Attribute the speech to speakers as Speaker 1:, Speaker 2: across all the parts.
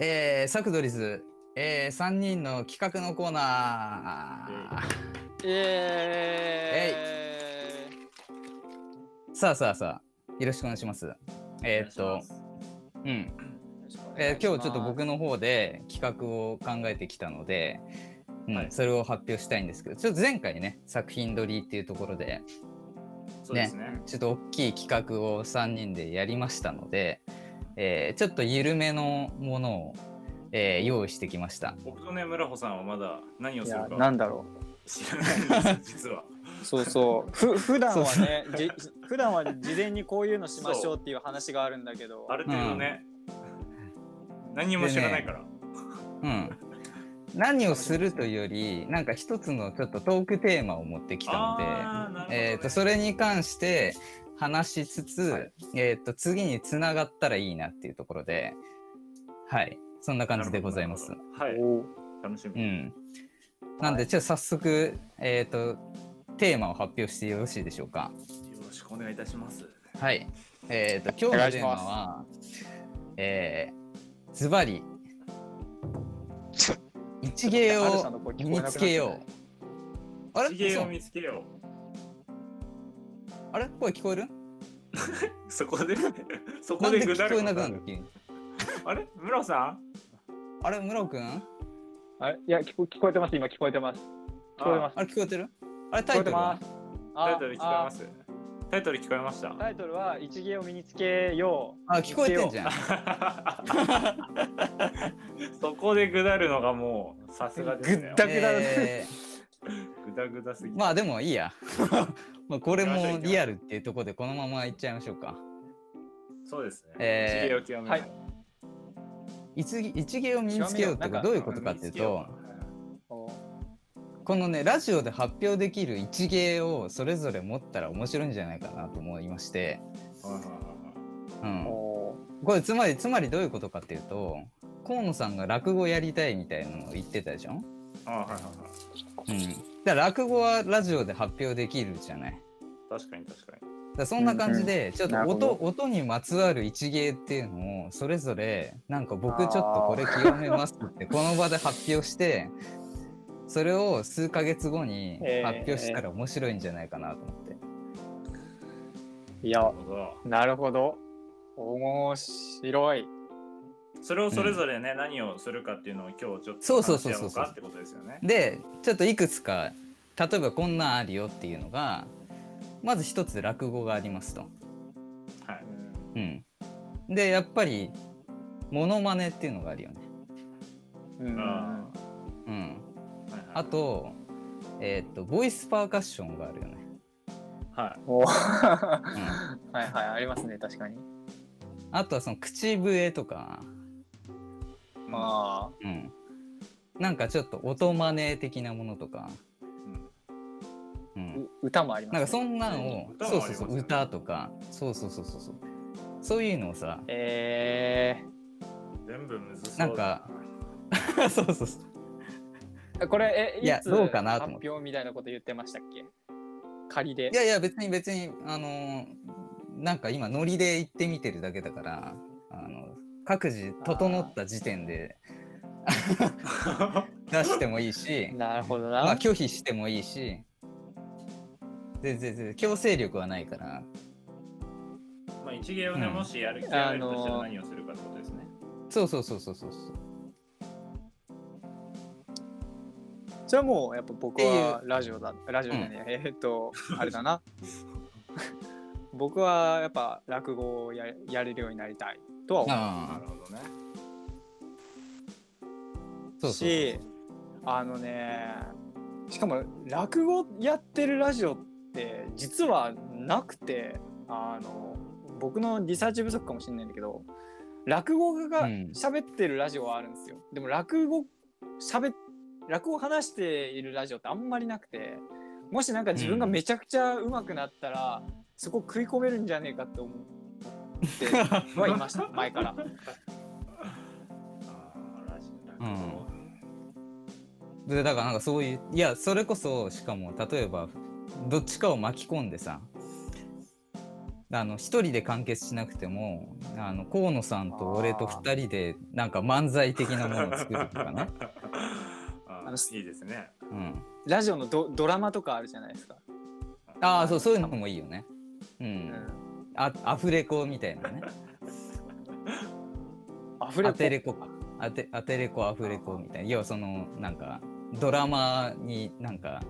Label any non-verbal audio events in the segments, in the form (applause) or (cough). Speaker 1: えー、サクドリズ、えー、3人の企画のコーナー。
Speaker 2: イエーイ
Speaker 1: さあさあさあ、よろしくお願いします。えー、っと、うん。えー今日ちょっと僕の方で企画を考えてきたので、うん
Speaker 3: はい
Speaker 1: それを発表したいんですけどちょっと前回ね作品撮りっていうところで
Speaker 3: そうですね。
Speaker 1: ちょっと大きい企画を3人でやりましたので、えーちょっと緩めのものを、えー用意してきました。
Speaker 3: 僕とね、村穂さんはまだ何を
Speaker 2: い
Speaker 3: する
Speaker 2: や、な
Speaker 3: か
Speaker 2: んだろ
Speaker 3: 知らないんです、
Speaker 1: (laughs)
Speaker 3: 実は。
Speaker 2: う。そうそう。ふ普段はね、じ普
Speaker 1: (laughs)
Speaker 2: 段は事前にこういうのしましょうっていう話があるんだけど、
Speaker 3: ある程度ね、何も知らないから。
Speaker 1: うん、何をするというよりなんか一つのちょっとトークテーマを持ってきたので。
Speaker 3: あーなるほどね
Speaker 1: えー、とそれに関して話しつつ、
Speaker 3: はい
Speaker 1: えー、と次につながったらいいなっていうところではいそんな感じでございます
Speaker 3: なる。ほどはい。
Speaker 2: おー
Speaker 3: 楽し
Speaker 1: う
Speaker 3: み。
Speaker 1: ん、なんでちょっと早速、えー、とテーマを発表してよろしいでしょうか。
Speaker 3: よろしくお願いいたします。
Speaker 1: はい、えー、と今日のテーマはえーズバリ一芸
Speaker 2: ハルさんの
Speaker 1: を
Speaker 2: 声聞こえな
Speaker 1: 見
Speaker 2: くなっ
Speaker 1: つ
Speaker 2: ちゃった
Speaker 1: けよう。あれ
Speaker 3: 資源
Speaker 1: そ
Speaker 3: を
Speaker 1: う
Speaker 3: 見つけよ
Speaker 1: あれ声聞こえる
Speaker 3: う。そこで、そ
Speaker 1: な
Speaker 3: こ
Speaker 1: んで
Speaker 3: でぐだ
Speaker 1: 聞こ
Speaker 3: る
Speaker 1: えな
Speaker 3: こ
Speaker 1: く
Speaker 3: と
Speaker 1: なる
Speaker 3: ある
Speaker 1: の。急に
Speaker 3: あれ村穂さん
Speaker 1: あれ村尾くん
Speaker 2: あれいや聞こ、聞こえてます、今聞こえてます。聞こえます。
Speaker 1: あれ聞こえてるあれ
Speaker 2: 聞
Speaker 1: タ
Speaker 2: こ
Speaker 1: イト
Speaker 2: えて
Speaker 1: ルは
Speaker 2: ます。あ
Speaker 3: あタイトル聞こえます。タイトル聞こえまし
Speaker 2: あタイトルは、一芸を身につけよう。
Speaker 1: あ聞こえてんじゃん。
Speaker 3: た。そこでぐだるのがもう、さすがですね
Speaker 2: ぐ。だ
Speaker 1: え
Speaker 3: ぐだぐだすぎ
Speaker 1: ー
Speaker 3: て。
Speaker 1: まあでもいいや。 (laughs) まあこれ
Speaker 3: 行きましょう
Speaker 1: も
Speaker 3: 行きましょう
Speaker 1: リアルっていうところでこのままいっちゃいましょうか。
Speaker 3: そうですね。
Speaker 1: えー
Speaker 3: 地形を極め
Speaker 2: は
Speaker 3: ないい
Speaker 1: 一芸一芸を身につけようって
Speaker 2: 極めようなんか
Speaker 1: どういうことかっていうと、
Speaker 2: おー
Speaker 1: このねラジオで発表できる一芸をそれぞれ持ったら面白いんじゃないかなと思いまして、
Speaker 3: はいはいはい
Speaker 1: うん、
Speaker 2: お
Speaker 1: これつまりつまりどういうことかっていうと河野さんが落語やりたいみたいなのを言ってたでしょ、
Speaker 3: あはいはいはい
Speaker 1: うん、だから落語はラジオで発表できるじゃない。
Speaker 3: 確かに確かに。
Speaker 1: だからそんな感じで、ちょっと
Speaker 2: なるほ
Speaker 1: 音
Speaker 2: ど
Speaker 1: 音にまつわる一芸っていうのをそれぞれなんか僕ちょっとこれ極めますってこの場で発表してそれを数ヶ月後に
Speaker 2: えー
Speaker 1: 発表したら面白いんじゃないかなと思って、
Speaker 2: ーいや
Speaker 3: なる、ほど
Speaker 2: なるほど。面白い。
Speaker 3: それをそれぞれね、何をするかっていうのを今日ちょっと
Speaker 1: そうそう
Speaker 3: 話
Speaker 1: そ
Speaker 3: し
Speaker 1: う
Speaker 3: 合
Speaker 1: そ
Speaker 3: お
Speaker 1: う
Speaker 3: うかってことですよね。
Speaker 1: でちょっといくつか例えばこんなんあるよっていうのがまず一つ落語がありますと。
Speaker 3: はい。
Speaker 1: うん、でやっぱりモノマネっていうのがあるよね。
Speaker 2: うんうん
Speaker 3: あ
Speaker 1: うん、
Speaker 3: ーはいはい
Speaker 1: あと,、えーっとボイスパーカッションがあるよね。
Speaker 3: は
Speaker 2: おー (laughs)
Speaker 1: うん
Speaker 2: はいはい、ありますね、確かに。
Speaker 1: あとはその口笛とか、
Speaker 3: い。
Speaker 2: あ
Speaker 3: あ
Speaker 1: うん、なんかちょっと音真似的なものとか、う
Speaker 2: あ、
Speaker 1: ん、
Speaker 2: う歌もあります、
Speaker 1: な
Speaker 2: ね。
Speaker 1: んかそんなのを、
Speaker 3: 歌も
Speaker 1: そう
Speaker 3: あ
Speaker 1: そう
Speaker 3: ります
Speaker 1: そ
Speaker 3: よね
Speaker 1: う歌とかそうそうそうそうそうそういうのをさ
Speaker 2: え
Speaker 3: 全部むずそう。
Speaker 1: なんか。そうそうそう
Speaker 2: ー、これえ
Speaker 1: いや
Speaker 2: つ
Speaker 1: どうかなと思って
Speaker 2: 発表みたいなこと言ってましたっけ仮で
Speaker 1: いやいや別に別にあのーなんか今ノリで行ってみてるだけだからあの各自整った時点で出してもいいし
Speaker 2: なるほどな、
Speaker 1: まあ拒否してもいいし全然全然強制力はないから
Speaker 3: (laughs) まあ一芸をね、
Speaker 1: うん
Speaker 3: もしやる気があるとした
Speaker 2: あ
Speaker 3: ら
Speaker 2: のー
Speaker 3: 何をするかってことですね。
Speaker 1: そうそうそうそうそうそう
Speaker 2: それはもうやっぱ僕
Speaker 1: っ
Speaker 2: はラジオだラジオじゃねえ、えーっとあれ
Speaker 1: (laughs)
Speaker 2: だな僕はやっぱ落語をややれるようになりたいとは思う
Speaker 3: な
Speaker 1: あ
Speaker 3: る
Speaker 1: あ
Speaker 3: ほどね。
Speaker 1: そうそうそう
Speaker 2: しあのねしかも落語やってるラジオって実はなくてあの僕のリサーチ不足かもしれないんだけど落語家
Speaker 1: う
Speaker 2: が
Speaker 1: ん
Speaker 2: 喋ってるラジオはあるんですよ、でも落語喋っ落語話しているラジオってあんまりなくてもしなんか自分がめちゃくちゃ上手くなったら、そこ食い込めるんじゃねえかって思ってはいました前から。
Speaker 3: ああ、ラジオ。
Speaker 1: うん
Speaker 3: なるほど
Speaker 1: でだからなんかそういういやそれこそしかも例えばどっちかを巻き込んでさあの一人で完結しなくてもあの河野さんと俺と二人でなんか漫才的なものを作るとかね、
Speaker 3: (laughs) あ
Speaker 2: あの
Speaker 3: いいですね。
Speaker 1: うん、
Speaker 2: ラジオのドドラマとかあるじゃないですか。
Speaker 1: ああそうそういうのもいいよね、う
Speaker 2: うん
Speaker 1: ん、あアフレコみたいなね
Speaker 2: アフレ
Speaker 1: ア
Speaker 2: コ
Speaker 1: テレコかアテアテレコアフレコみたいな要はそのなんかドラマになんか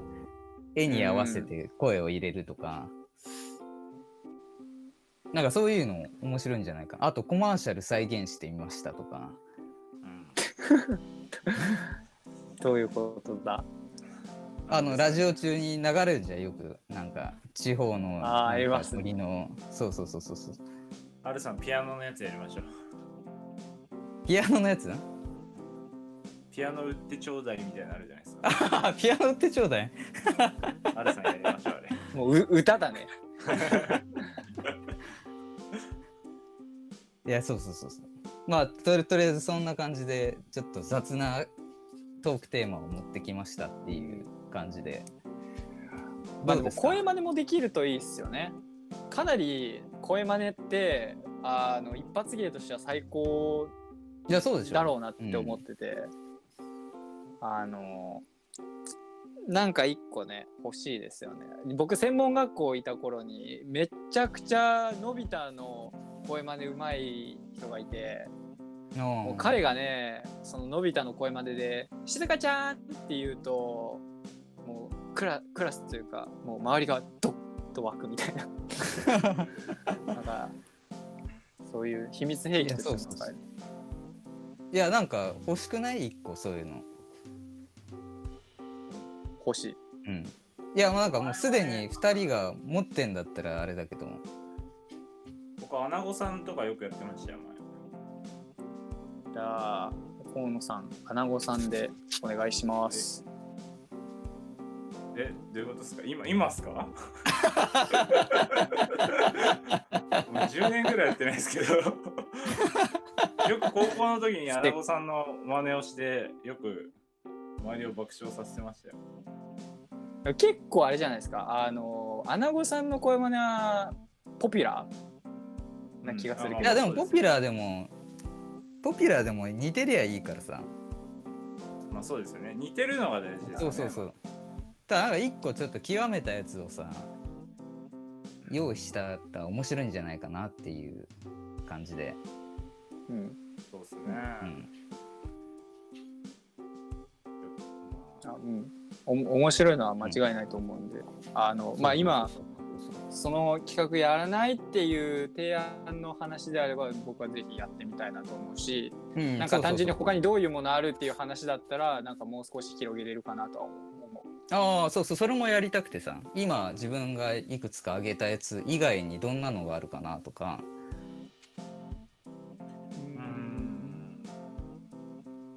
Speaker 1: 絵に合わせて声を入れるとか、なんかそういうの面白いんじゃないかあとコマーシャル再現してみましたとか
Speaker 3: うん
Speaker 2: どういうことだ
Speaker 1: あのラジオ中に流れるじゃんよくなんか地方の
Speaker 2: あー
Speaker 1: なん
Speaker 2: ありま
Speaker 1: か
Speaker 2: すね
Speaker 1: 鳥のそうそうそうそうそう
Speaker 3: アルさん、ピアノのやつやりましょう。
Speaker 1: ピアノのやつ (laughs)
Speaker 3: ピアノ売ってちょうだいみたいなのあるじゃないですか。
Speaker 1: あピアノってちょうだい
Speaker 3: アルさんやりましょう、あれ。
Speaker 2: もうう歌だね。
Speaker 1: いやそうそうそうそうまあとりとりあえずそんな感じでちょっと雑なトークテーマを持ってきましたっていう感じで
Speaker 2: ま
Speaker 1: ど
Speaker 2: あで
Speaker 1: う
Speaker 2: も
Speaker 1: すか
Speaker 2: 声真似もできるといいっすよね。かなり声真似ってあの一発芸としては最高
Speaker 1: いやそうでしょ
Speaker 2: だろうなって思ってて、あのなんか一個ね欲しいですよね僕専門学校いた頃にめちゃくちゃのび太の声真似うまい人がいて、も
Speaker 1: も
Speaker 2: う彼がねそののび太の声真似で「静香ちゃん!」って言うともうクラクラスというかもう周りがドッと湧くみたいななんかそういう秘密兵器として
Speaker 1: いやそうそう
Speaker 2: も
Speaker 1: そ
Speaker 2: 使
Speaker 1: う
Speaker 2: える
Speaker 1: いやなんか欲しくない一個そういうの
Speaker 2: 欲しい。
Speaker 1: うんいやもうなんかもうすでに2人が持ってんだったらあれだけど
Speaker 3: 僕、アナゴさんとかよくやってましたよ、
Speaker 2: じゃあ河野さん、穴子さんでお願いします。
Speaker 3: 前。え、どういうことですか今、今
Speaker 1: (laughs)
Speaker 3: っすかもう10年ぐらいやってないですけど。 (laughs) よく高校の時にアナゴさんの真似をして、よく周りを爆笑させてましたよ。
Speaker 2: 結構あれじゃないですか。あの穴子さんの声真似はポピュラーな気がするけど。
Speaker 3: うん
Speaker 1: いやでも
Speaker 3: そうですね
Speaker 1: ポピュラーでもポピュラーでも似てりゃいいからさ
Speaker 3: まあそうですよね。似てるのが大事です
Speaker 1: そ
Speaker 3: よ
Speaker 1: う
Speaker 3: ね。
Speaker 1: そうそう。ただなんか一個ちょっと極めたやつをさ用意したら面白いんじゃないかなっていう感じで、
Speaker 2: うん
Speaker 3: そうですね。
Speaker 1: うん、
Speaker 2: あうんお面白いのは間違いないと思うんで、あのまあ今その企画やらないっていう提案の話であれば僕はぜひやってみたいなと思うし、
Speaker 1: うん
Speaker 2: なんか単純に他
Speaker 1: に
Speaker 2: にどういうものあるっていう話だったらなんかもう少し広げれるかなとは思う。
Speaker 1: ああそうそうそれもやりたくてさ今自分がいくつか挙げたやつ以外にどんなのがあるかなとか
Speaker 3: うーん。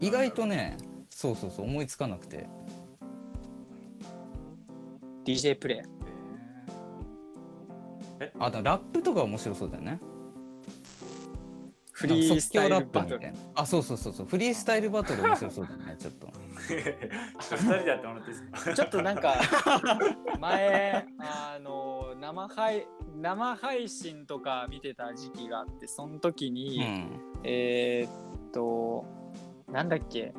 Speaker 1: 意外とねそうそうそう思いつかなくて
Speaker 2: DJ プレイ
Speaker 1: あとラップとか面白そうだよね
Speaker 2: フリースタイルバト
Speaker 1: なんか即興ラップみたい
Speaker 2: ル
Speaker 1: なあそうそうそうそうフリースタイルバトル面白そうだよねちょっと
Speaker 3: (laughs) ちょっと二人でやってもらっていいですか。
Speaker 2: ちょっとなんか (laughs) 前あの生配生配信とか見てた時期があってその時
Speaker 1: う
Speaker 2: に、
Speaker 1: ん
Speaker 2: えーっとなんだっけ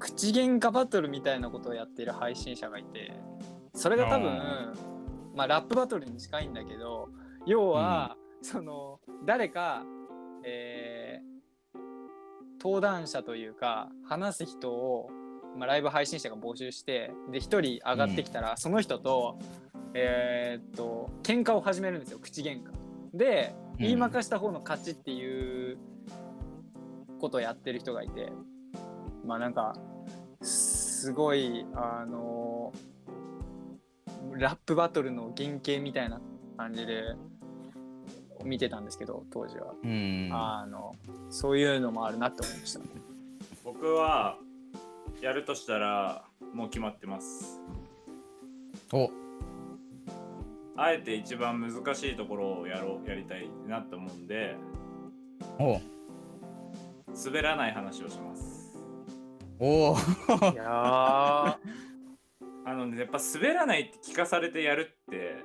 Speaker 2: 口喧嘩バトルみたいなことをやってる配信者がいてそれが多分、まあ、ラップバトルに近いんだけど要は、その誰か、えー登壇者というか話す人を、まあ、ライブ配信者が募集してで1人上がってきたら、その人とえーっと喧嘩を始めるんですよ口喧嘩で言い負かした方の勝ちっていうことをやってる人がいてまあなんかすごいあのラップバトルの原型みたいな感じで見てたんですけど当時は、
Speaker 1: うん
Speaker 2: あのそういうのもあるなって思いま (laughs) した
Speaker 3: 僕はやるとしたらもう決まってます。
Speaker 1: お
Speaker 3: あえて一番難しいところをやろうやりたいなと思うんで、
Speaker 1: お
Speaker 3: 滑らない話をします。
Speaker 1: おお
Speaker 2: いや
Speaker 3: あのねやっぱ滑らないって聞かされてやるって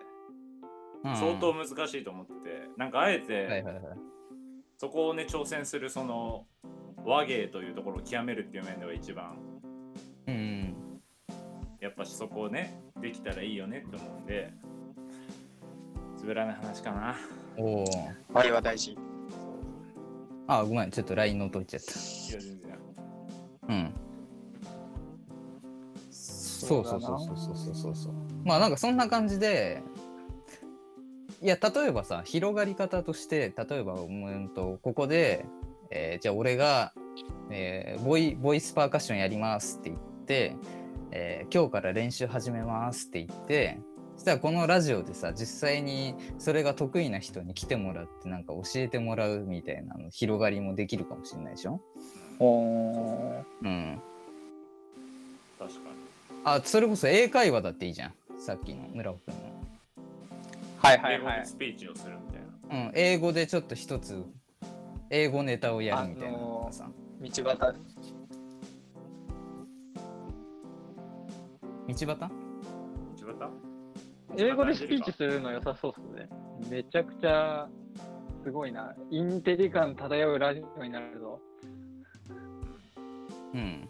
Speaker 1: うん
Speaker 3: 相当難しいと思ってて、なんかあえて、
Speaker 1: はいはいはい。
Speaker 3: そこをね挑戦するその和芸というところを極めるっていう面では一番
Speaker 1: うん。
Speaker 3: やっぱしそこをねできたらいいよねって思うんで滑らない話かな
Speaker 1: おお。
Speaker 2: あれは大事。
Speaker 3: そう
Speaker 1: あ、ごめん、ちょっと LINE の音いっちゃっ
Speaker 3: いや全然
Speaker 1: た。うん。
Speaker 2: そ
Speaker 1: そうそうそうそうそうそうそう。まあなんかそんな感じで、いや、例えばさ、広がり方として、例えば、うんと、ここで、えーじゃあ俺が、えーボイ、ボイスパーカッションやりますって言って、えー今日から練習始めますって言って、そしたらこのラジオでさ、実際にそれが得意な人に来てもらって、なんか教えてもらうみたいなの広がりもできるかもしれないでしょ
Speaker 2: おー
Speaker 1: うん。
Speaker 3: 確か
Speaker 1: あ、それこそ英会話だっていいじゃん。さっきの村尾くんの。
Speaker 2: はい
Speaker 3: に
Speaker 2: はい
Speaker 3: 英語
Speaker 2: は
Speaker 3: で
Speaker 2: い。
Speaker 3: スピーチをするみたいな、
Speaker 1: うん、英語でちょっと一つ英語ネタをやるみたいなのがさ、
Speaker 2: 道端。
Speaker 1: 道端
Speaker 3: 一番だ
Speaker 2: 英語でスピーチするの良さそうっすね。めちゃくちゃすごいな。インテリ感漂うラジオになるぞ。
Speaker 1: うん。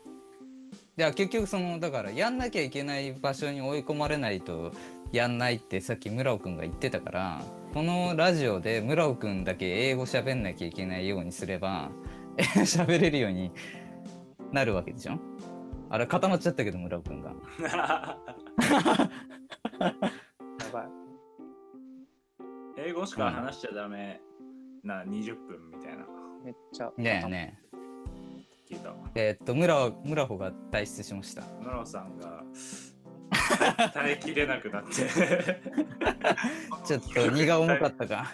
Speaker 1: で結局そのだからやんなきゃいけない場所に追い込まれないとやんないってさっき村尾くんが言ってたからこのラジオで村尾くんだけ英語喋んなきゃいけないようにすれば (laughs) 喋れるようになるわけでしょあれ固まっちゃったけど村尾くんが。
Speaker 2: やばい。
Speaker 3: 英語しか話しちゃダメな20分みたいな
Speaker 2: めっちゃ。
Speaker 1: ねえね
Speaker 3: 聞いたわ
Speaker 1: え。えーっと村尾村穂が退出しました。
Speaker 3: 村尾さんが耐えきれなくなって
Speaker 1: ちょっと荷が重かったか。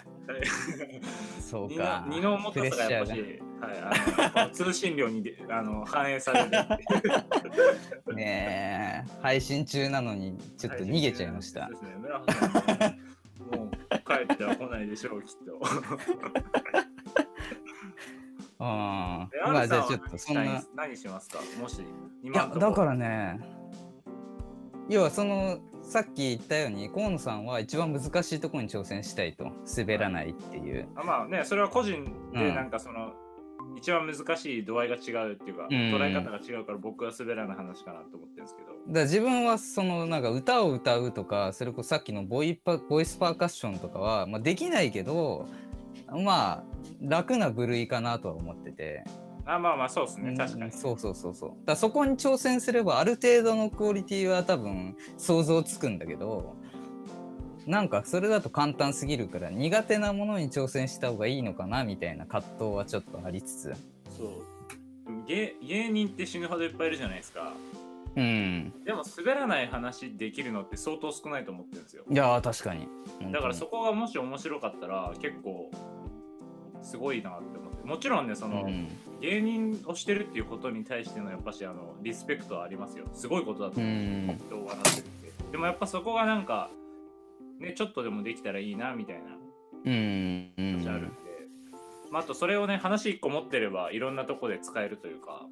Speaker 1: そう
Speaker 3: 二
Speaker 1: か
Speaker 3: の。二の重たさがやっぱし、はい、あの通信量にで (laughs) あの反映される。
Speaker 1: ねえ、配信中なのに (laughs) ちょっと逃げちゃいました
Speaker 3: そう。ですね、村穂さんももう帰っては来ないでしょう、きっと。
Speaker 1: あ
Speaker 3: え
Speaker 1: あ、ま
Speaker 3: ア
Speaker 1: あじ
Speaker 3: ル
Speaker 1: ゃ
Speaker 3: さんは
Speaker 1: あちょっとそんな。い
Speaker 3: 何何しますかもし、今。
Speaker 1: や、だかららね、要はその、さっき言ったように、河野さんは一番難しいところに挑戦したいと、滑らないっていう。
Speaker 3: あまあね、それは個人
Speaker 1: う
Speaker 3: で
Speaker 1: ん
Speaker 3: なんかその、一番難しい度合いが違うっていうか、
Speaker 1: うん
Speaker 3: 捉え方が違うから僕は滑らない話かなと思ってるんですけど。
Speaker 1: だから自分はそのなんか歌を歌うとかそれこそさっきのボイパボイスパーカッションとかは、まあ、できないけどまあ楽な部類かなとは思ってて
Speaker 3: あまあまあ、そうです
Speaker 1: う
Speaker 3: ね、
Speaker 1: ん
Speaker 3: 確かに。
Speaker 1: そうそうそうそうだからそこに挑戦すればある程度のクオリティは多分想像つくんだけどなんかそれだと簡単すぎるから苦手なものに挑戦した方がいいのかなみたいな葛藤はちょっとありつつ
Speaker 3: そう芸芸人って死ぬほどいっぱいいるじゃないですか。
Speaker 1: うん
Speaker 3: でも滑らない話できるのって相当少ないと思ってるんですよ
Speaker 1: いやー確かに
Speaker 3: だからそこがもし面白かったら結構すごいなって思ってもちろんねそ
Speaker 1: こ
Speaker 3: の、
Speaker 1: うん
Speaker 3: 芸人をしてるっていうことに対してのやっぱしあのリスペクトはありますよすごいことだと
Speaker 1: う
Speaker 3: 思うん動画なってるってでもやっぱそこがなんかねちょっとでもできたらいいなみたいな
Speaker 1: うんう
Speaker 3: 感じあるんで
Speaker 1: ん、
Speaker 3: まあ、あとそれをね話1個持ってればいろんなとこで使えるというか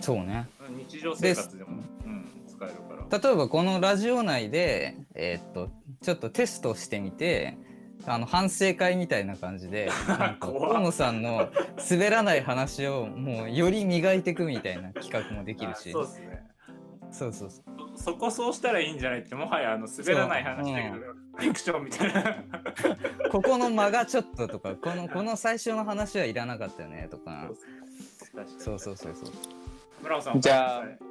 Speaker 1: そうね
Speaker 3: 日常生活でもうん、使えるから
Speaker 1: 例えばこのラジオ内で、えーっとちょっとテストしてみてあの反省会みたいな感じでなんか
Speaker 3: 怖っ
Speaker 1: 河野さんの滑らない話をもうより磨いていくみたいな企画もできるし
Speaker 3: あそうですね
Speaker 1: そうそうそう
Speaker 3: そそこそうしたらいいんじゃないってもはやあの滑らない話だけど、フィクションみたい (laughs) な
Speaker 1: ここの間がちょっととかこのこの最初の話はいらなかったよねとかそうそうそうそう
Speaker 3: 村尾さん
Speaker 2: じゃあ
Speaker 3: お答えくださ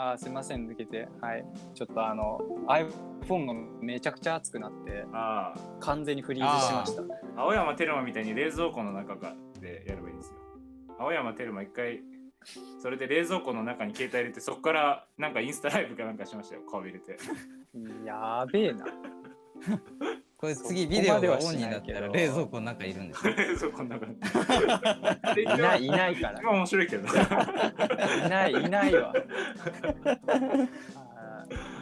Speaker 2: あーすいません、抜けて。はい。ちょっとあの、iPhone がめちゃくちゃ熱くなって、
Speaker 3: いあ
Speaker 2: 完全にフリーズしました。
Speaker 3: あ青山テルマみたいに冷蔵庫の中かでやればいいんですよ青山テルマ一回それで冷蔵庫の中に携帯入れてそこからなんかインスタライブかなんかしましたよ顔入れて (laughs)
Speaker 2: やべえな。
Speaker 1: これ次
Speaker 2: そこ
Speaker 1: ビデ
Speaker 2: ま
Speaker 1: オ
Speaker 2: で
Speaker 1: が
Speaker 2: は
Speaker 1: オ
Speaker 2: しな
Speaker 1: ン
Speaker 2: い
Speaker 1: になった
Speaker 2: け
Speaker 1: ら
Speaker 2: ど
Speaker 1: 冷蔵庫の中いるんですよ
Speaker 3: 冷蔵庫の中に
Speaker 2: いない、いないか
Speaker 3: 一番面白いけ
Speaker 2: (laughs)
Speaker 3: どは
Speaker 2: ら。いない、いない
Speaker 1: (laughs)
Speaker 2: わ。あー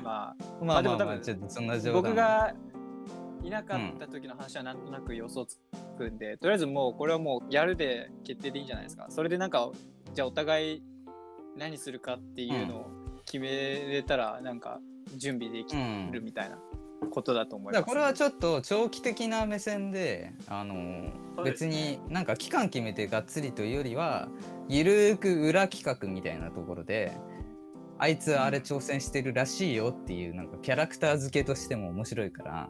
Speaker 2: まあ、
Speaker 1: まあ
Speaker 2: で
Speaker 1: ま
Speaker 2: も
Speaker 1: あま
Speaker 2: 多分
Speaker 1: あちょっとそんな冗談
Speaker 2: 僕がいなかった時の話はなんとなく予想つくんで、とりあえずもうこれはもうやるで決定でいいんじゃないですかそれでなんかじゃあお互い何するかっていうのを決めれたらなんか準備でき
Speaker 1: うん
Speaker 2: るみたいなことだと思い
Speaker 1: だ
Speaker 2: ま
Speaker 1: からこ
Speaker 2: す。
Speaker 1: れはちょっと長期的な目線で、あのー
Speaker 3: そうです
Speaker 1: 別
Speaker 3: ね
Speaker 1: になんか期間決めてがっつりというよりはゆるーく裏企画みたいなところであいつあれ挑戦してるらしいよっていうなんかキャラクター付けとしても面白いから、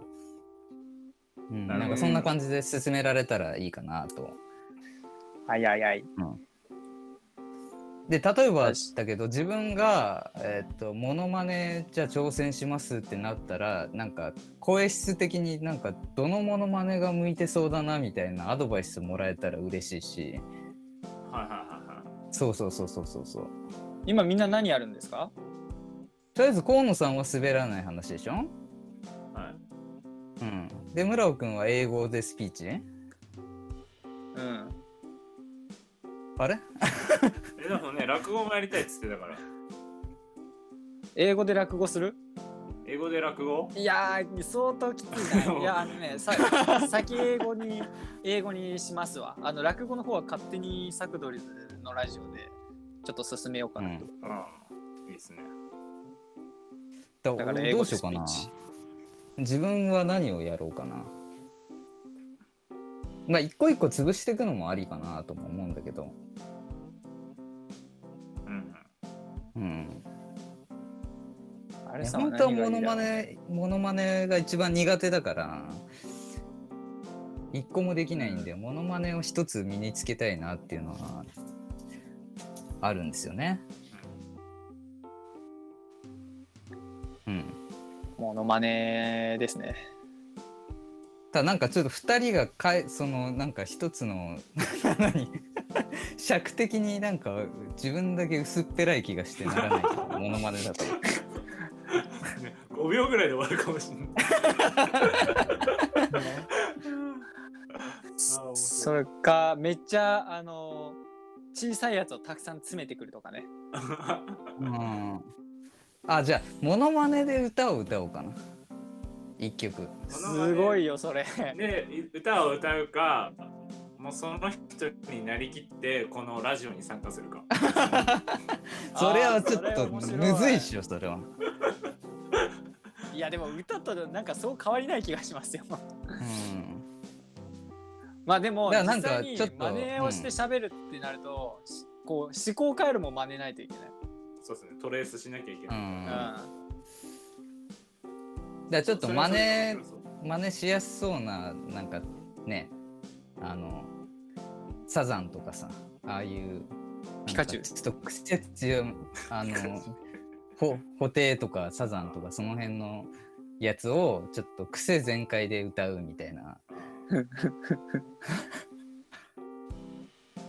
Speaker 1: うん、
Speaker 3: なる
Speaker 1: な
Speaker 3: ほど
Speaker 1: んかそんな感じで進められたらいいかなと。
Speaker 2: はいはいはい。
Speaker 1: で例えば
Speaker 2: 確か
Speaker 1: だけど自分が、えっとモノマネじゃあ挑戦しますってなったらなんか声質的になんかどのモノマネが向いてそうだなみたいなアドバイスもらえたら嬉しいし
Speaker 3: はいはいはいはい。
Speaker 1: そうそうそうそうそうそう
Speaker 2: 今みんな何やるんですか
Speaker 1: とりあえず河野さんは滑らない話でしょ、
Speaker 3: はい、
Speaker 1: うん、で村尾くんは英語でスピーチ
Speaker 2: うん。
Speaker 1: あれ
Speaker 3: えでもね、落語もやりたいっつってたから。
Speaker 2: 英語で落語する
Speaker 3: 英語で落語
Speaker 2: いやー、相当きついな。いや、あのね、
Speaker 1: (laughs)
Speaker 2: さ先英語に、英語にしますわ。あの、落語の方は勝手にサクドリズのラジオで、ちょっと進めようかなと。
Speaker 3: うん。いいですね。
Speaker 1: だ
Speaker 2: だから英
Speaker 1: ど
Speaker 2: 語
Speaker 1: う
Speaker 2: で
Speaker 1: しよ
Speaker 2: ス
Speaker 1: う
Speaker 2: ピ
Speaker 1: か
Speaker 2: ー
Speaker 1: な
Speaker 2: チ。
Speaker 1: 自分は何をやろうかなまあ一個一個潰していくのもありかなとも思うんだけど
Speaker 3: うん。
Speaker 1: うん
Speaker 2: あ
Speaker 1: い
Speaker 2: れ
Speaker 1: や
Speaker 2: さ、
Speaker 1: 本当は
Speaker 2: 何が
Speaker 1: モ
Speaker 2: いい
Speaker 1: ノ
Speaker 2: だろ
Speaker 1: マ
Speaker 2: う
Speaker 1: ネモノマネが一番苦手だから一個もできないんで、モノマネを一つ身につけたいなっていうのはあるんですよね。うん、
Speaker 2: モノマネですね。
Speaker 1: ただなんかちょっと2人がかいそのなんか一つの (laughs)
Speaker 2: (laughs)
Speaker 1: 何尺的になんか自分だけ薄っぺらい気がしてならないけどモノマネだと。
Speaker 3: 5秒ぐらいで終わるかもしれない。面白い
Speaker 2: それか、めっちゃ、あの、小さいやつをたくさん詰めてくるとかね。
Speaker 1: うん、あじゃあモノマネで歌を歌おうかな一曲
Speaker 2: すごいよ、それ。
Speaker 3: で歌を歌うかもうその人になりきってこのラジオに参加するか
Speaker 1: それはちょ
Speaker 2: あー
Speaker 1: っ
Speaker 2: そ
Speaker 1: と
Speaker 2: れ面
Speaker 1: む
Speaker 2: 白
Speaker 1: ずいっしょそれはい
Speaker 2: やでも歌となんかそう変わりない気がしますよ。
Speaker 1: うん
Speaker 2: まあでも
Speaker 1: だからなんか
Speaker 2: 実際
Speaker 1: ちょっ
Speaker 2: に
Speaker 1: と
Speaker 2: 真似をして喋るってなると、しこう思考回路も真似ないといけない。
Speaker 3: そうですねトレースしなきゃいけ
Speaker 1: う
Speaker 3: ない、
Speaker 1: ん
Speaker 2: うん
Speaker 1: だからちょっと真
Speaker 3: そ
Speaker 1: 似
Speaker 3: れはそれで面白そう
Speaker 1: 真似しやすそうななんかねあのサザンとかさああいう
Speaker 2: ピカチュウ
Speaker 1: なんかちょっと癖強いあのほ布袋とかサザンとかその辺のやつをちょっと癖全開で歌うみたいな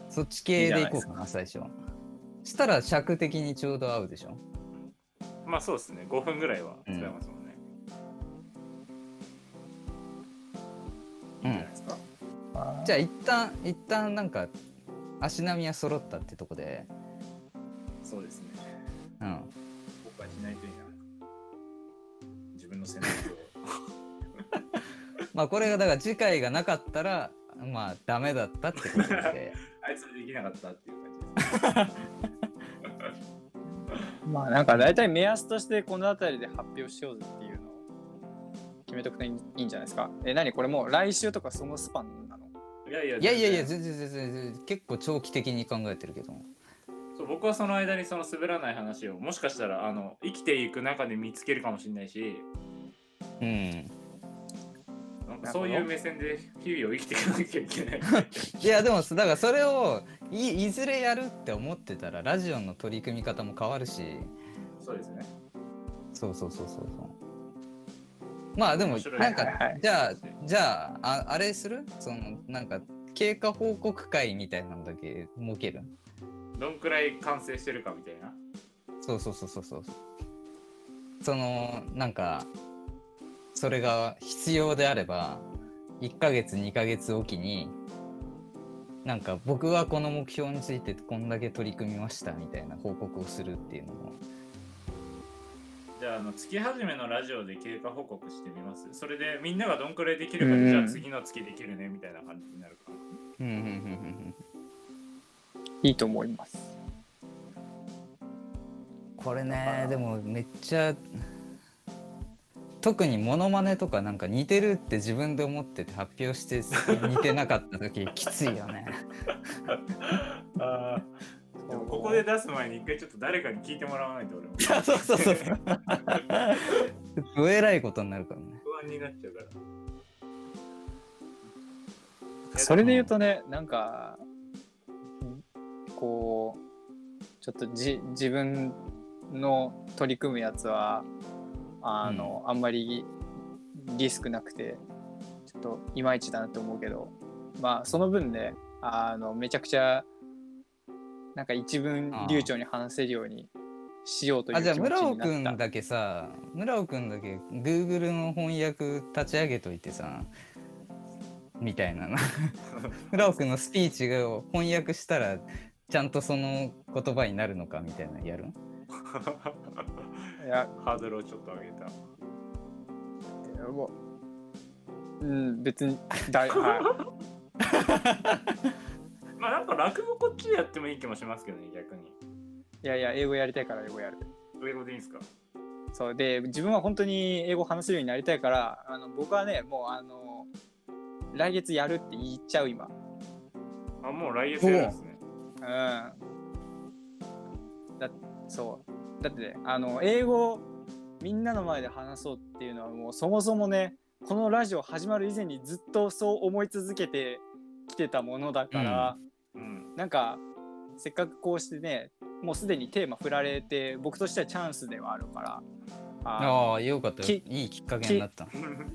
Speaker 1: そっち系でいこうかな最初したら尺的にちょうど合うでしょ
Speaker 3: まあそうですね5分ぐらいは使えますもんね、
Speaker 1: うん
Speaker 3: いいじゃないですか
Speaker 1: じゃあ一旦一旦なんか足並みは揃ったってとこで
Speaker 3: そうですね
Speaker 1: うん
Speaker 3: 後悔しないといいな自分の選択を
Speaker 1: まあこれがだから次回がなかったらまあダメだったってこと
Speaker 2: (laughs)
Speaker 1: で
Speaker 3: あいつできなかったっていう感じですね
Speaker 2: まあなんか大体目安としてこの辺りで発表しようぜっていうのを決めとくといいんじゃないですか。え何これもう来週とかそのスパンなの？
Speaker 3: いやいや
Speaker 1: いやいやいや
Speaker 3: 全然
Speaker 1: 全然全然全然結構長期的に考えてるけど
Speaker 3: そう僕はその間にその滑らない話をもしかしたらあの生きていく中で見つけるかもしれないし
Speaker 1: うん
Speaker 3: なんかそういう目線で日々を生きていかなきゃいけない。
Speaker 1: (laughs) いやでもだからそれをいいずれやるって思ってたらラジオの取り組み方も変わるし
Speaker 3: そうですね。
Speaker 1: そうそうそうそうそうまあでも
Speaker 3: 面白い
Speaker 1: なんか、
Speaker 2: はいはい
Speaker 1: じゃあじゃあああれするそのなんか経過報告会みたいなのだけ設ける
Speaker 3: どんくらい完成してるかみたいな。
Speaker 1: そうそうそうそうそう。そのなんかそれが必要であれば1ヶ月2ヶ月おきになんか僕はこの目標についてこんだけ取り組みましたみたいな報告をするっていうのも
Speaker 3: じゃあ、あの月初めのラジオで経過報告してみます。それでみんながどんくらいできるか
Speaker 2: うん
Speaker 3: で、じゃあ次の月できるねみたいな感じになるか。
Speaker 1: うんうんうん
Speaker 2: いいと思います。
Speaker 1: うんこれねでもめっちゃ特にモノマネとかなんか似てるって自分で思ってて発表して似てなかった時きついよね。
Speaker 3: あーでもここで出す前に一回ちょっと誰かに聞いてもらわないと俺も
Speaker 1: そうそう
Speaker 2: (laughs)
Speaker 1: そうそう。
Speaker 3: 不
Speaker 1: どえらいことになるからね。
Speaker 3: 安になっちゃうから
Speaker 2: それで言うとねなんかこうちょっとじ自分の取り組むやつはあの、あんまりリスクなくてちょっといまいちだなと思うけどまあその分ねあのめちゃくちゃなんか一文流暢に話せるようにしようという
Speaker 1: あ
Speaker 2: 気
Speaker 1: じゃ
Speaker 2: 持
Speaker 1: あ
Speaker 2: ちにな
Speaker 1: 村尾
Speaker 2: った
Speaker 1: くんだけさ村尾くんだけ Google の翻訳立ち上げといてさみたいな
Speaker 2: (laughs)
Speaker 1: な村尾くんのスピーチを翻訳したらちゃんとその言葉になるのかみたいなのやる
Speaker 2: いや
Speaker 3: (laughs) ハードルをちょっと上げた
Speaker 2: いやもううん別にだ
Speaker 1: (laughs)
Speaker 2: い、は
Speaker 3: まあなんか落語こっちでやってもいい気もしますけどね逆に
Speaker 2: い、いやいや英語やりたいから英語やる
Speaker 3: 英語でいいんですか
Speaker 2: そうで自分は本当に英語を話せるようになりたいからあの僕はねもうあの来月やるって言っちゃう今
Speaker 3: あもう来月やるんですね
Speaker 2: うんだそうだってねあの英語をみんなの前で話そうっていうのはもうそもそもねこのラジオ始まる以前にずっとそう思い続けてきてたものだから、
Speaker 1: (laughs)
Speaker 3: うん
Speaker 2: なんかせっかくこうしてねもうすでにテーマ振られて僕としてはチャンスではあるからあの
Speaker 1: ああよかったよ
Speaker 2: き
Speaker 1: いいきっかけになった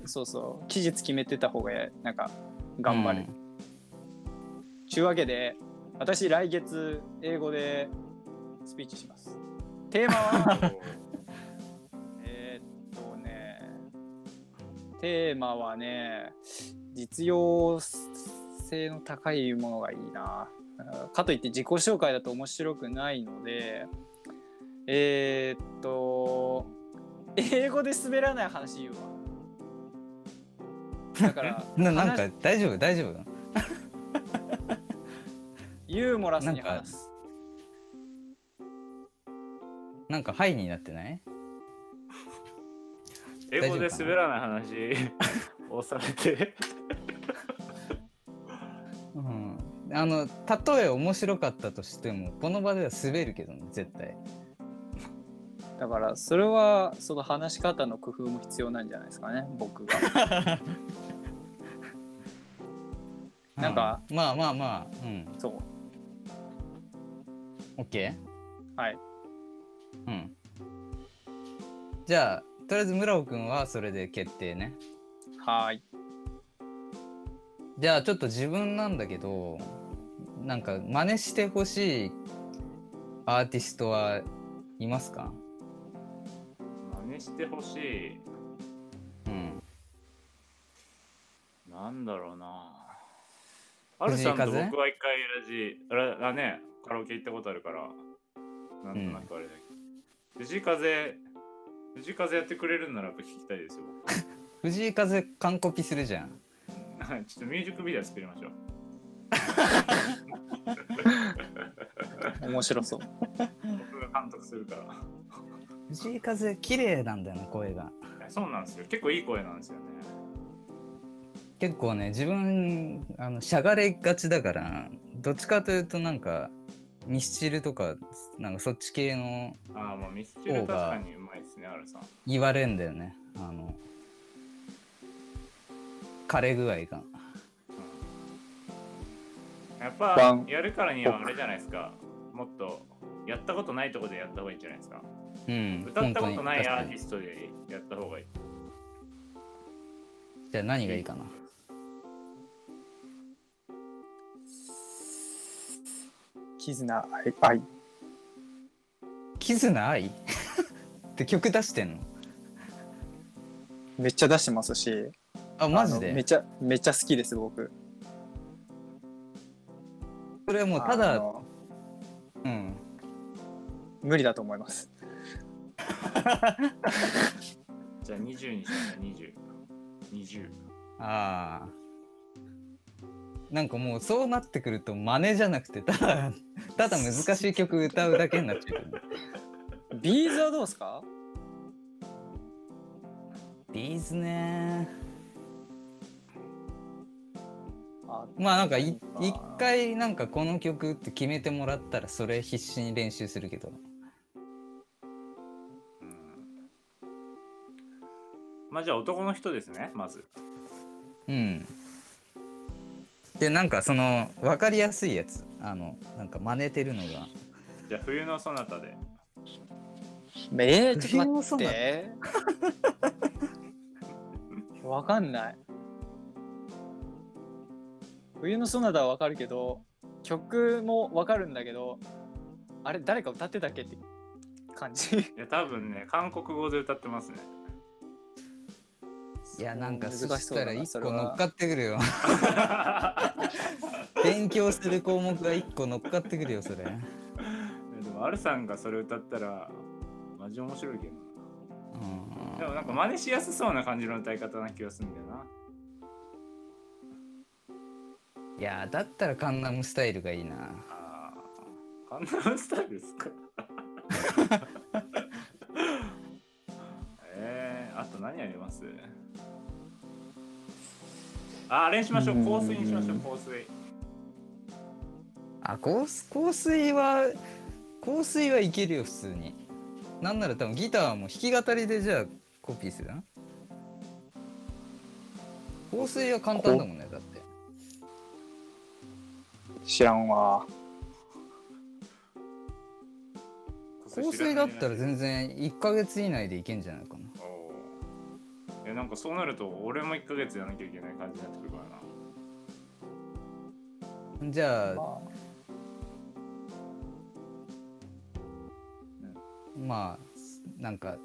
Speaker 2: そうそう期日決めてた方がなんか頑張れる、ちゅうわけで私来月英語でスピーチしますテー
Speaker 1: (laughs)
Speaker 2: マはえーっとねテーマはね実用性の高いものがいいなかといって自己紹介だと面白くないのでえーっと英語で滑らない話言うわだから
Speaker 1: うん (laughs) ななん
Speaker 2: 話
Speaker 1: か大丈夫大丈夫
Speaker 2: ユーモラスに
Speaker 1: なんか
Speaker 2: 話す
Speaker 1: なんか「はい」になってない
Speaker 3: 英語で滑らない話 (laughs) をされて
Speaker 1: うんあのたとえ面白かったとしてもこの場では滑るけどね絶対
Speaker 2: だからそれはその話し方の工夫も必要なんじゃないですかね僕が (laughs) なんか、
Speaker 1: うんまあまあまあうん
Speaker 2: そう
Speaker 1: オッケー
Speaker 2: はい
Speaker 1: うんじゃあとりあえず村尾くんはそれで決定ね
Speaker 2: はーい
Speaker 1: じゃあちょっと自分なんだけどなんか真似してほしいアーティストはいますか
Speaker 3: 真似してほしい
Speaker 1: うん
Speaker 3: なんだろうなあるさんと僕は一回ラジララねカラオケ行ったことあるからなんとなくあれだけど、藤井風藤井風やってくれるんならやっぱ聞きたいですよ (laughs)
Speaker 1: 藤井風完コピするじゃん
Speaker 3: 僕ちょっとミュージックビデオ作りましょう
Speaker 2: 面白そう
Speaker 3: 僕が監督するから
Speaker 1: 藤井風綺麗なんだよな声が
Speaker 3: いやそうなんですよ結構いい声なんですよね
Speaker 1: 結構ね自分あのしゃがれがちだからどっちかというとなんかミスチルとかなんかそっち系の
Speaker 3: ああもうミスチル
Speaker 1: 方
Speaker 3: 確
Speaker 1: が
Speaker 3: かにうまいですねあるさん
Speaker 1: 言われんだよねあの枯れ具合が
Speaker 3: やっ
Speaker 2: ワ
Speaker 3: ぱ
Speaker 2: ン
Speaker 3: やるからにはあれじゃないですかもっとやったことないとこでやった方がいいんじゃないですか
Speaker 1: うん
Speaker 3: 歌ったことないアーティ
Speaker 1: ス
Speaker 3: ストでやった方がいい
Speaker 1: トじゃあ何がいいかな
Speaker 2: 絆愛愛
Speaker 1: 「キズナ愛」って曲出してんの
Speaker 2: めっちゃ出してますし
Speaker 1: あマジ
Speaker 2: あのめ
Speaker 1: で
Speaker 2: ちゃめちゃ好きです僕
Speaker 1: これもうただ
Speaker 2: あの
Speaker 1: うん
Speaker 2: 無理だと思います
Speaker 3: じゃあ20にしましょう20。20
Speaker 1: ああなんかもうそうなってくると真似じゃなくてた
Speaker 2: (laughs)
Speaker 1: だただ難しい曲歌うだけになっちゃうよね
Speaker 2: ビーズはどうですか
Speaker 1: ビーズね
Speaker 2: あ
Speaker 1: まあなんかい
Speaker 2: そう
Speaker 1: 一回なんかこの曲って決めてもらったらそれ必死に練習するけど
Speaker 3: うんまあじゃあ男の人ですねまず
Speaker 1: うんでなんかその分かりやすいやつあのなんか真似てるのが
Speaker 3: じゃあ冬のそなたで
Speaker 2: えー、ちょ
Speaker 1: 冬
Speaker 2: っと
Speaker 1: の
Speaker 2: 待
Speaker 1: ソ
Speaker 2: っ
Speaker 1: ナ
Speaker 2: て (laughs) わかんない冬のソナタはわかるけど曲もわかるんだけどあれ誰か歌ってたっけって感じ
Speaker 3: いや多分ね韓国語で歌ってますね
Speaker 1: いやなんか
Speaker 2: 難し
Speaker 1: そ
Speaker 2: そ
Speaker 1: う
Speaker 2: だな
Speaker 1: したら一
Speaker 2: それ
Speaker 1: 個
Speaker 2: は
Speaker 1: 乗っかってくるよ勉強する項目が一個乗っかってくるよそれ
Speaker 3: でもアルさんがそれ歌ったらマジ面白いけど
Speaker 1: うん
Speaker 3: なでもなんか真似しやすそうな感じの歌い方な気がするんだよない
Speaker 1: やだったらカンナムスタイルがいいな
Speaker 3: あーカンナムスタイルですか (laughs) えー、あと何ありますああれにしましょう香水にしましょう香水
Speaker 1: あ香水香水は香水はいけるよ普通になんなら多分ギターも弾き語りでじゃあコピーするな香水は簡単だもんねだって
Speaker 2: 知らんわ
Speaker 1: 香水だったら全然1ヶ月以内でいけんじゃないかな
Speaker 3: おーいやなんかそうなると俺も1ヶ月やらなきゃいけない感じになってくるからな
Speaker 1: じゃあ
Speaker 2: あ
Speaker 1: まあすなんか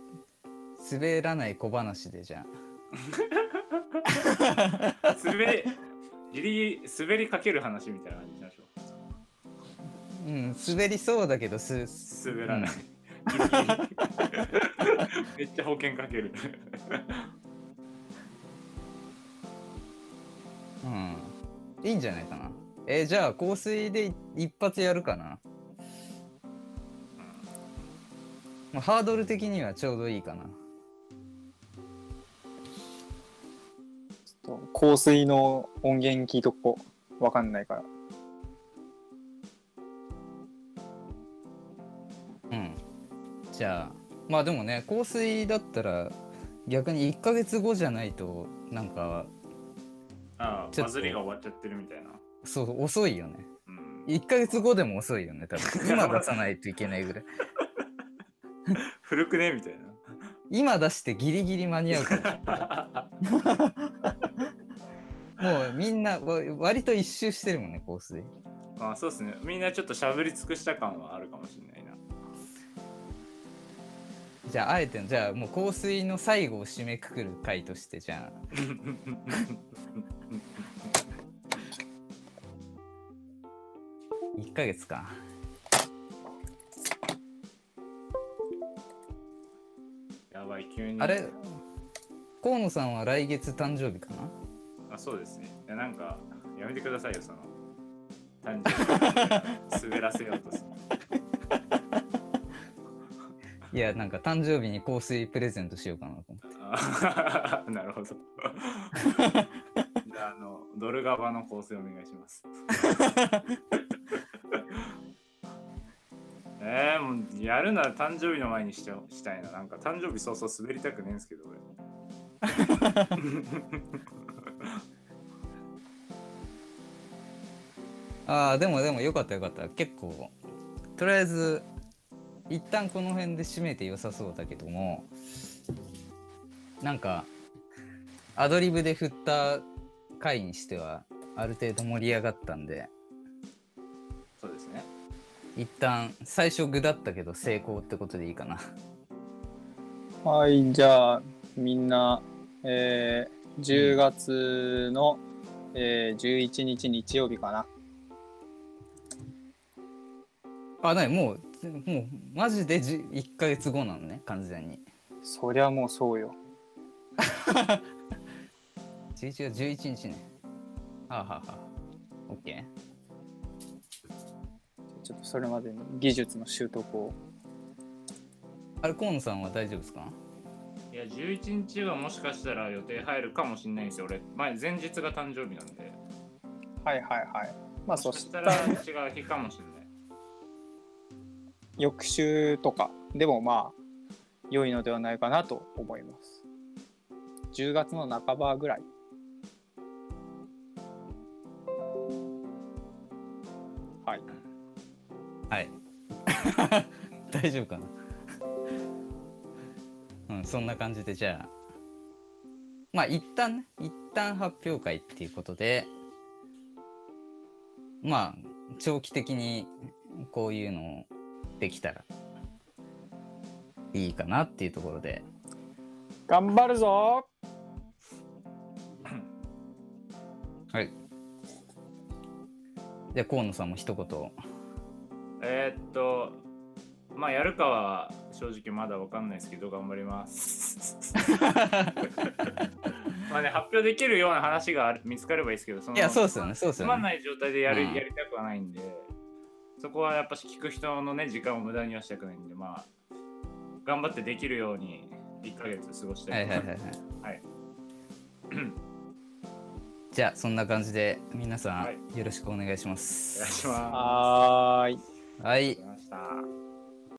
Speaker 1: 滑らない小話でじゃ
Speaker 3: 滑りギリギリ滑りかける話みたいな感じにしましょ
Speaker 1: あうん滑りそうだけどす
Speaker 3: う滑らない、 (laughs) めっちゃ保険かける
Speaker 1: うん、うん、いいんじゃないかなえーじゃあ香水でい一発やるかな、まあ、ハードル的にはちょうどいいかな
Speaker 2: 香水の音源聞いとこわかんないから
Speaker 1: うんじゃあまあでもね香水だったら逆に1ヶ月後じゃないとなんか
Speaker 3: あ
Speaker 1: ち
Speaker 3: あ
Speaker 1: ょっと
Speaker 3: バズりが終わっちゃってるみたいな、
Speaker 1: そう遅いよね
Speaker 3: うん、
Speaker 1: 1ヶ月後でも遅いよね多分今出さないといけないぐらい
Speaker 3: 古くねみたい
Speaker 1: 今出してギリギリ間に合うから
Speaker 3: な
Speaker 1: もうみんなわ割と一周してるもんね香水
Speaker 3: まあそうですねみんなちょっとしゃぶり尽くした感はあるかもしれない (laughs) な
Speaker 1: じゃああえてじゃあもう香水の最後を締めくくる回としてじゃあ1ヶ月か
Speaker 3: やばい急に
Speaker 1: あれ河野さんは来月誕生日かな
Speaker 3: あそうですねいやなんかやめてくださいよその単
Speaker 1: (laughs)
Speaker 3: 純に滑らせようとする
Speaker 1: いやなんか誕生日に香水プレゼントしようかなと思って
Speaker 3: あー (laughs) なるほど。じゃあ、あの、ドルガバの構成お願いし (laughs) ます。えー、もうやるなら誕生日の前にしちゃしたいな。なんか誕生日早々滑りたくねえんですけど、俺。
Speaker 1: ああでもでもよかったよかった結構とりあえず一旦この辺で締めて良さそうだけどもなんかアドリブで振った回にしてはある程度盛り上がったんで
Speaker 3: そうですね。
Speaker 1: 一旦最初具だったけど成功ってことでいいかな (laughs)
Speaker 2: はい、じゃあみんな、えー、10月の、えー、11日日曜日かな。
Speaker 1: あなにもうつもうマジでじ1ヶ月後なのね完全に
Speaker 2: そりゃもうそうよ。
Speaker 1: 11月11日ねはあ、はあはあ、OK
Speaker 2: ちょっとそれまでに技術の習得を。
Speaker 1: あれ河野さんは大丈夫ですか
Speaker 3: いいや、11日はもしかしたら予定入るかもしれないんですよ。俺、前、前日が誕生日なんで。
Speaker 2: はいはいはい。まあそ
Speaker 3: そ
Speaker 2: し
Speaker 3: したた
Speaker 2: ら
Speaker 3: ら違う日かもしれない。
Speaker 2: 翌週とかでもまあ良いのではないかなと思います。10月の半ばぐらい。はい。
Speaker 1: (laughs) はい。大丈夫かな。うん、そんな感じで、じゃあ。まあ、一旦ね、一旦発表会っていうことで、まあ、長期的にこういうのをできたらいいかなっていうところで、
Speaker 2: 頑張るぞ
Speaker 1: はい。じゃあ、河野さんも一言。
Speaker 3: えー、っと、まあ、やるかは正直まだわかんないですけど、頑張ります。
Speaker 1: (laughs)
Speaker 3: まあね、発表できるような話がある見つかればいいですけど、その
Speaker 1: いや、そうですよね、そうです
Speaker 3: つ
Speaker 1: よ
Speaker 3: まん
Speaker 1: ね。
Speaker 3: ない状態でやる、
Speaker 1: うん
Speaker 3: やりたくはないんで、そこはやっぱし聞く人のね、時間を無駄にはしたくないんで、まあ、頑張ってできるように1ヶ月過ごした
Speaker 1: はい
Speaker 3: と
Speaker 1: い
Speaker 3: 思
Speaker 1: はいい
Speaker 3: ま
Speaker 1: は
Speaker 3: す
Speaker 1: いはい。
Speaker 3: はい。
Speaker 1: じゃあ、そんな感じで、皆さ
Speaker 3: はい
Speaker 1: ん、よろしくお願いしま
Speaker 3: お願い
Speaker 1: す。
Speaker 3: します。あ
Speaker 2: はーい。
Speaker 1: はい
Speaker 3: りがとうございました。